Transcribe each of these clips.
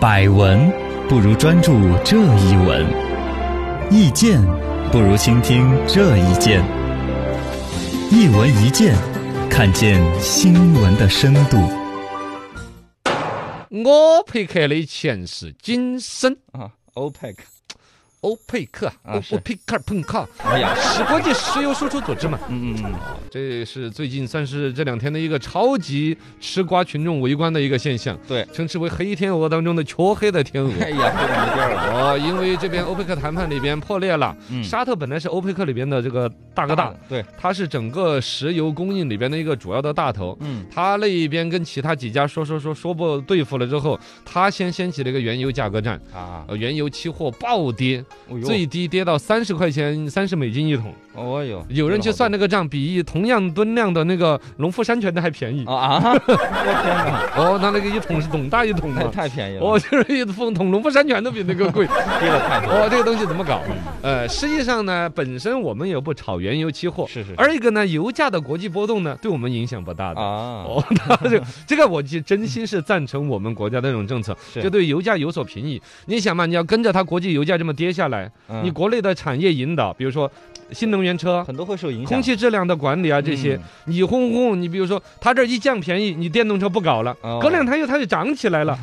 百闻不如专注这一闻，意见不如倾听这一见。一闻一见，看见新闻的深度。我佩克的前是今生啊，OPEC，欧佩克啊，啊是欧佩克碰卡，哎呀，是国际石油输出组织嘛。嗯嗯嗯，这是最近算是这两天的一个超级吃瓜群众围观的一个现象，对称之为黑天鹅当中的黢黑的天鹅。哎呀，这个没地儿了，哦，因为这边欧佩克谈判里边破裂了，嗯沙特本来是欧佩克里边的这个大哥大，，对，它是整个石油供应里边的一个主要的大头。嗯，他那一边跟其他几家说说说说不对付了之后，他先掀起了一个原油价格战，啊，呃，原油期货暴跌，哎呦，最低跌到三十块钱三十美金一桶。哦呦，有人去算这那个账，比一同样吨量的那个农夫山泉的还便宜个。好 多啊啊，我天哪，哦，那那个一桶是董大一桶太嘛。 太便宜了，哦，就是一桶桶农夫山泉都比那个 贵。低了太多，哦，这个东西怎么搞？呃，实际上呢，本身我们也不炒原油期货，是是是二一个呢，油价的国际波动呢，对我们影响不大的。啊，哦，那 这个这个，我其实真心是赞成我们国家的那种政策，嗯是就对油价有所平抑。你想嘛，你要跟着它国际油价这么跌下来，嗯你国内的产业引导，比如说新能源车。很多会受影响，空气质量的管理啊，这些、嗯你轰轰，你比如说，它这儿一降便宜，你电动车不搞了，哦隔两天又它就涨起 来了。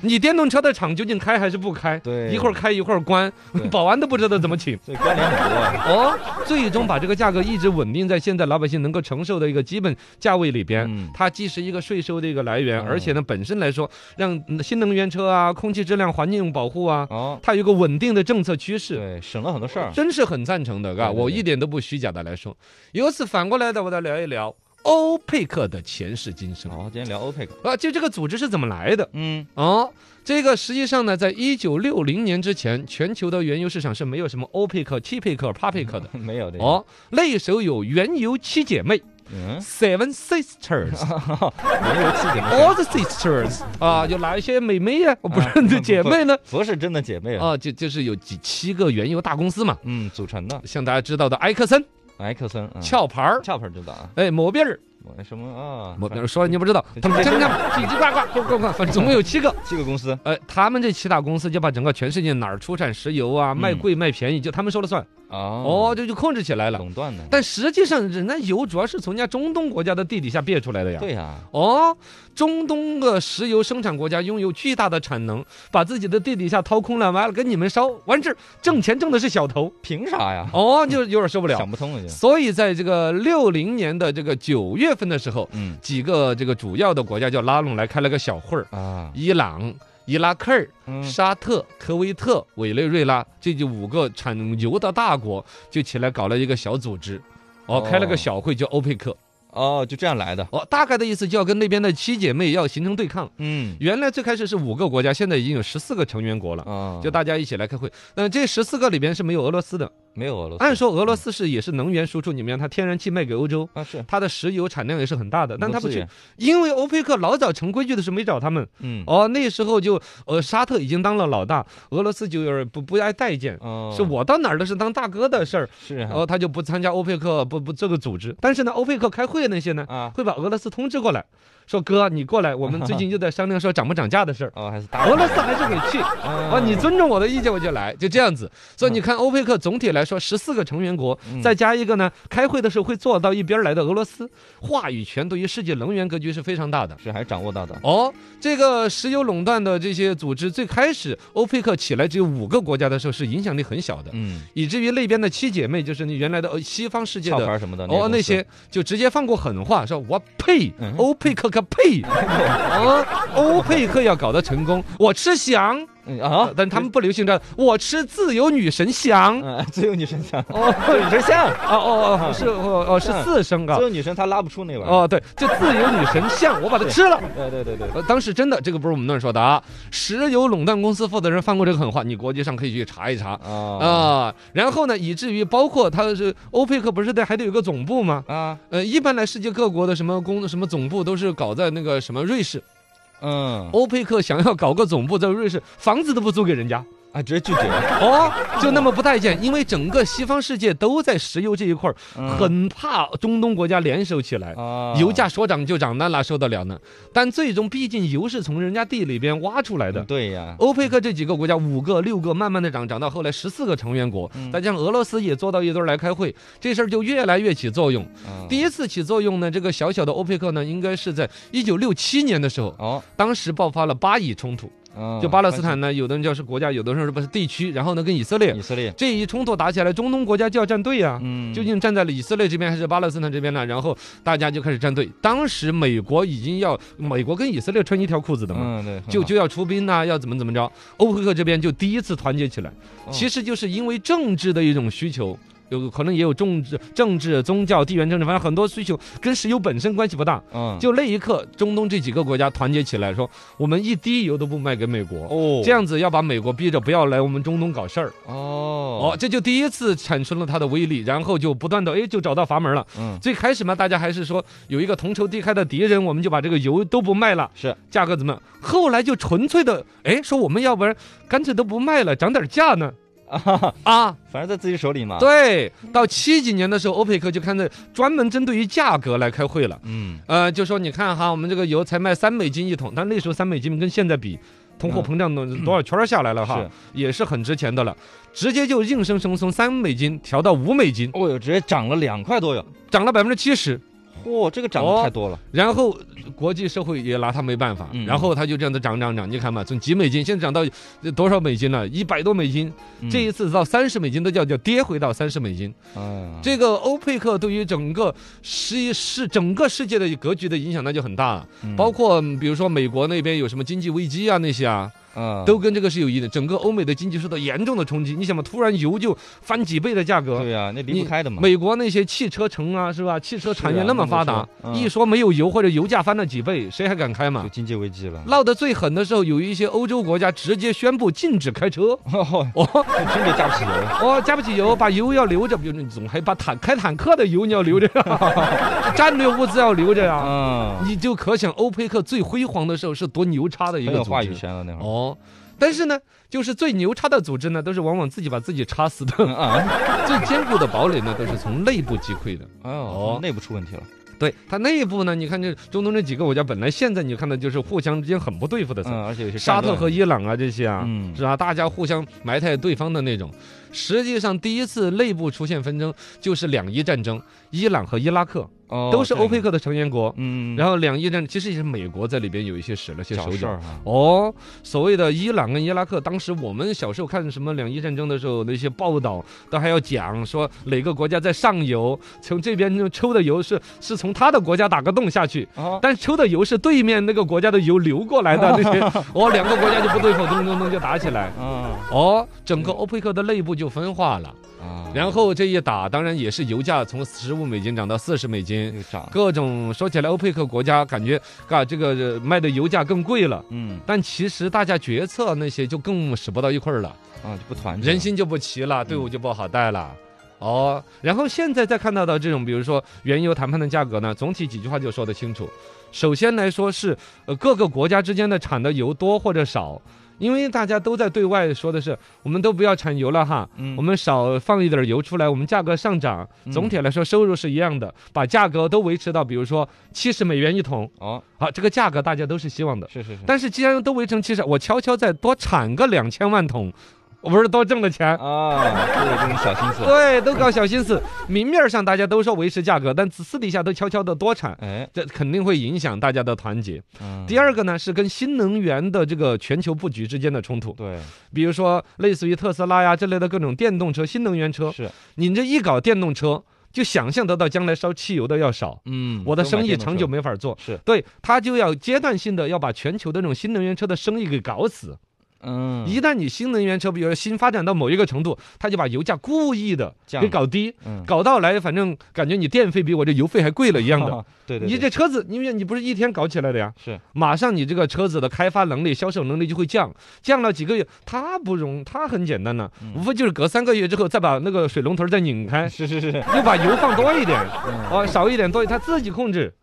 你电动车的厂究竟开还是不开？对一会儿开一会儿关对， 保安都不知道怎么请。所以关联很多啊，哦，最终把这个价格一直稳定在现在老百姓能够承受的一个基本价位里边。嗯它既是一个税收的一个来源，哦而且呢，本身来说，让嗯新能源车啊、空气质量、环境保护啊， 哦，它有一个稳定的政策趋势。对，省了很多事儿，真是很赞成的，嘎，啊对对我对一点都不虚假的来说。由此反过来的，我再聊一聊欧佩克的前世今生好，今天聊 OPEC，啊，就这个组织是怎么来的嗯，哦。这个实际上呢，在一九六零年之前，全球的原油市场是没有什么欧佩克、七佩克、帕佩克的。 没有这个，哦，那时候有原油七姐妹嗯， （Seven Sisters），All 没有气姐妹， the Sisters 啊，有哪一些妹妹呀、不是这姐妹呢？啊不是真的姐妹啊，啊，就就是有几七个原油大公司嘛，嗯，组成的，像大家知道的埃克森、埃克森，嗯壳牌儿，壳牌知道啊，哎，摩比尔，我什么啊，摩比尔说了你不知道，他们真的 叽叽呱呱，呱呱呱，反正总共有七个。七个公司，呃，他们这七大公司就把整个全世界哪儿出产石油啊，卖嗯贵卖便宜，就他们说了算。哦哦，，这就控制起来了。垄断的，但实际上，人家油主要是从人家中东国家的地底下别出来的呀。对呀，哦，中东的石油生产国家拥有巨大的产能，把自己的地底下掏空了，完了给你们烧，完事儿挣钱挣的是小头，凭啥呀？哦，就有点受不了想。不通了就。所以在这个六零年的这个九月份的时候，嗯几个这个主要的国家就拉拢来开了个小会儿，啊，伊朗。伊拉克尔、嗯沙特、科威特、委内瑞拉，这就五个产油的大国就起来搞了一个小组织，哦，开了个哦小会叫欧佩克，哦，就这样来的。哦，大概的意思就要跟那边的七姐妹要形成对抗。嗯原来最开始是五个国家，现在已经有十四个成员国了。啊，就大家一起来开会，那这十四个里边是没有俄罗斯的。没有俄罗斯。按说俄罗斯是也是能源输出，你们让它天然气卖给欧洲，啊是，它的石油产量也是很大的，但它不很多资去源，因为欧佩克老早成规矩的时候没找他们。嗯哦，那时候就呃沙特已经当了老大，俄罗斯就有点不不爱待见，哦是我到哪儿都是当大哥的事儿，是啊哦他就不参加欧佩克不不这个组织。但是呢，欧佩克开会的那些呢，啊会把俄罗斯通知过来，说哥你过来，我 们最近就在商量说涨不涨价的事儿。哦还是大俄罗斯还是委屈啊！啊你尊重我的意见，我就来，就这样子。所以你看，欧佩克总体来说，十四个成员国，嗯再加一个呢，开会的时候会坐到一边来的俄罗斯，话语权对于世界能源格局是非常大的。是还掌握到的。哦，这个石油垄断的这些组织，最开始欧佩克起来只有五个国家的时候，是影响力很小的，嗯，以至于那边的七姐妹，就是你原来的呃西方世界壳的。牌什么的。哦，那些就直接放过狠话，说我呸嗯，欧佩克个 呸，啊，欧佩克要搞得成功，我吃翔，公司嗯啊啊，，但他们不流行这样，我吃自由女神香。 嗯，只有女神像，哦只啊有女神像，哦哦哦，是哦哦是嗯四声啊只。有女神她拉不出那玩意儿。哦对，就自由女神像，我把它吃了。对对对对，呃，当时真的，这个不是我们乱说的啊。石油垄断公司负责人犯过这个狠话，你国际上可以去查一查啊啊。然后呢，以至于包括它是欧佩克，不是得还得有个总部吗？啊呃，一般来世界各国的什么公什么总部都是搞在那个什么瑞士。嗯，哦欧佩克想要搞个总部在瑞士，房子都不租给人家，啊，直接拒绝，哦，就那么不待见，因为整个西方世界都在石油这一块儿，嗯很怕中东国家联手起来。啊油价说涨就涨，那哪受得了呢？但最终，毕竟油是从人家地里边挖出来的哦嗯。对呀，欧佩克这几个国家，五个、六个，慢慢的涨，涨到后来十四个成员国，嗯再加上俄罗斯也坐到一堆儿来开会，这事儿就越来越起作用。嗯第一次起作用呢，这个小小的欧佩克呢，应该是在一九六七年的时候，哦，当时爆发了巴以冲突，嗯就巴勒斯坦呢，有的人叫是国家，有的人说不是地区，然后呢跟以色列以色列，这一冲突打起来，中东国家就要站队啊。嗯究竟站在了以色列这边还是巴勒斯坦这边呢？然后大家就开始站队。当时美国已经要，美国跟以色列穿一条裤子的嘛，嗯对，就很就要出兵呐、要怎么怎么着。欧佩克这边就第一次团结起来，哦其实就是因为政治的一种需求。有可能也有政治、政治、宗教、地缘政治，反正很多需求跟石油本身关系不大。好嗯就那一刻，中东这几个国家团结起来，说我们一滴油都不卖给美国，哦这样子要把美国逼着不要来我们中东搞事儿。哦哦，这就第一次产生了它的威力，然后就不断的哎，就找到阀门了。嗯最开始嘛，大家还是说有一个同仇敌忾的敌人，我们就把这个油都不卖了，是价格怎么样？后来就纯粹的哎，说我们要不然干脆都不卖了，涨点价 呢。啊哈哈，啊，反正在自己手里嘛，，对，到七几年的时候，欧佩克就看着专门针对于价格来开会了。嗯呃，就说你看哈，我们这个油才卖三美金一桶，但那时候三美金跟现在比，通货膨胀的多少圈儿下来了哈，是也是很值钱的了，直接就硬生生从三美金调到五美金，哦哟，直接涨了两块多哟，涨了百分之七十。嚯，这个涨哦得太多了，然后国际社会也拿他没办法，嗯然后他就这样子涨涨涨，你看嘛，从几美金现在涨到呃多少美金了？一百多美金，这一次到三十美金都叫叫跌回到三十美金。嗯这个欧佩克对于整个世世整个世界的格局的影响那就很大了，包括嗯比如说美国那边有什么经济危机啊那些啊，括都跟这个是有一的。整个欧美的经济受到严重的冲击，你想嘛，突然油就翻几倍的价格。对呀，那离你不开的嘛，美国那些汽车城啊，是吧？汽车产业嗯是啊那么发达，那么说嗯一说没有油或者油价翻了几倍，谁还敢开嘛就？经济危机了，闹得最狠的时候，有一些欧洲国家直接宣布禁止开车。 哦，哦，真的架不起油， 哦，加不起油，把油要留着，比如你总还把坦开坦克的油你要留着 呀，战略物资要留着呀，嗯，你就可想欧佩克最辉煌的时候是多牛叉的一很个有组话语织权嗯了那会儿，哦。但是呢，就是最牛叉的组织呢，都是往往自己把自己插死的； 嗯啊，最坚固的堡垒呢，都是从内部击溃的。哦，内部出问题了，对它内部呢，你看这中东这几个国家，本来现在你看到就是互相之间很不对付的事儿，嗯，而且有些沙战特乱和伊朗啊这些啊，嗯是吧？大家互相埋汰对方的那种。实际上，第一次内部出现纷争就是两伊战争，伊朗和伊拉克哦都是这个欧佩克的成员国。嗯，然后后两伊战其实也是美国在里边有一些使了些手找事脚。儿哈，哦，所谓的伊朗跟伊拉克，当时我们小时候看什么两伊战争的时候，那些报道都还要讲说哪个国家在上游，从这边抽的油是是从他的国家打个洞下去，啊，但是抽的油是对面那个国家的油流过来的，那些哦，两个国家就不对付，咚咚咚就打起来。啊哦，整个欧佩克的内部就分化了，啊，然后这一打，当然也是油价从十五美金涨到四十美金，又涨，各种说起来，欧佩克国家感觉啊，这个呃卖的油价更贵了。嗯但其实大家决策那些就更使不到一块儿了，啊，嗯就不团结了，人心就不齐了，队伍就不好带了。哦，然后现在再看到的这种，比如说原油谈判的价格呢，总体几句话就说得清楚。首先来说是呃各个国家之间的产的油多或者少，因为大家都在对外说的是我们都不要产油了哈，嗯，我们少放一点油出来，我们价格上涨，总体来说收入是一样的，把价格都维持到比如说七十美元一桶，哦，好，这个价格大家都是希望的。是是是，但是既然都围成七十，我悄悄再多产个两千万桶，我不是多挣了钱？啊，都有这种小心思，对，都搞小心思。明面上大家都说维持价格，但私底下都悄悄的多产，哎，这肯定会影响大家的团结。嗯第二个呢，是跟新能源的这个全球布局之间的冲突，对比如说类似于特斯拉呀这类的各种电动车、新能源车，是，你这一搞电动车，就想象得到将来烧汽油的要少。嗯我的生意长久没法做，是对他就要阶段性的要把全球的这种新能源车的生意给搞死。嗯一旦你新能源车，比如说新发展到某一个程度，他就把油价故意的降给搞低，嗯搞到来反正感觉你电费比我这油费还贵了一样的。啊 对对，你对这车子，因为你不是一天搞起来的呀，是马上你这个车子的开发能力、销售能力就会降，降了几个月，它不容，它很简单呢，嗯无非就是隔三个月之后再把那个水龙头再拧开，是是是，又把油放多一点，嗯哦，少一点多一，它自己控制。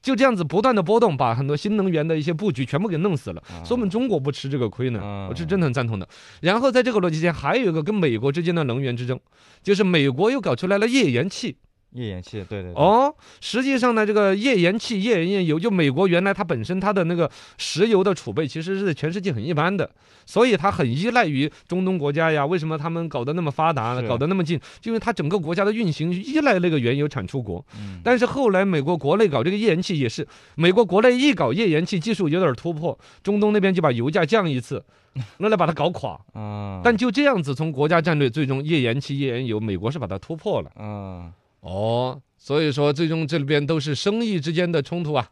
就这样子不断的波动，把很多新能源的一些布局全部给弄死了。啊所以我们中国不吃这个亏呢啊，我是真的很赞同的。然后在这个逻辑间，还有一个跟美国之间的能源之争，就是美国又搞出来了页岩气。页岩气，对对对，哦，实际上呢，这个页岩气、页岩油，就美国原来它本身它的那个石油的储备其实是全世界很一般的，所以它很依赖于中东国家呀。为什么他们搞得那么发达，是搞得那么近？就因为它整个国家的运行依赖那个原油产出国。嗯，但是后来美国国内搞这个页岩气也是，美国国内一搞页岩气技术有点突破，中东那边就把油价降一 次，用来把它搞垮。啊，但就这样子，从国家战略最终页岩气、页岩油，美国是把它突破了。啊，哦，所以说最终这里边都是生意之间的冲突啊。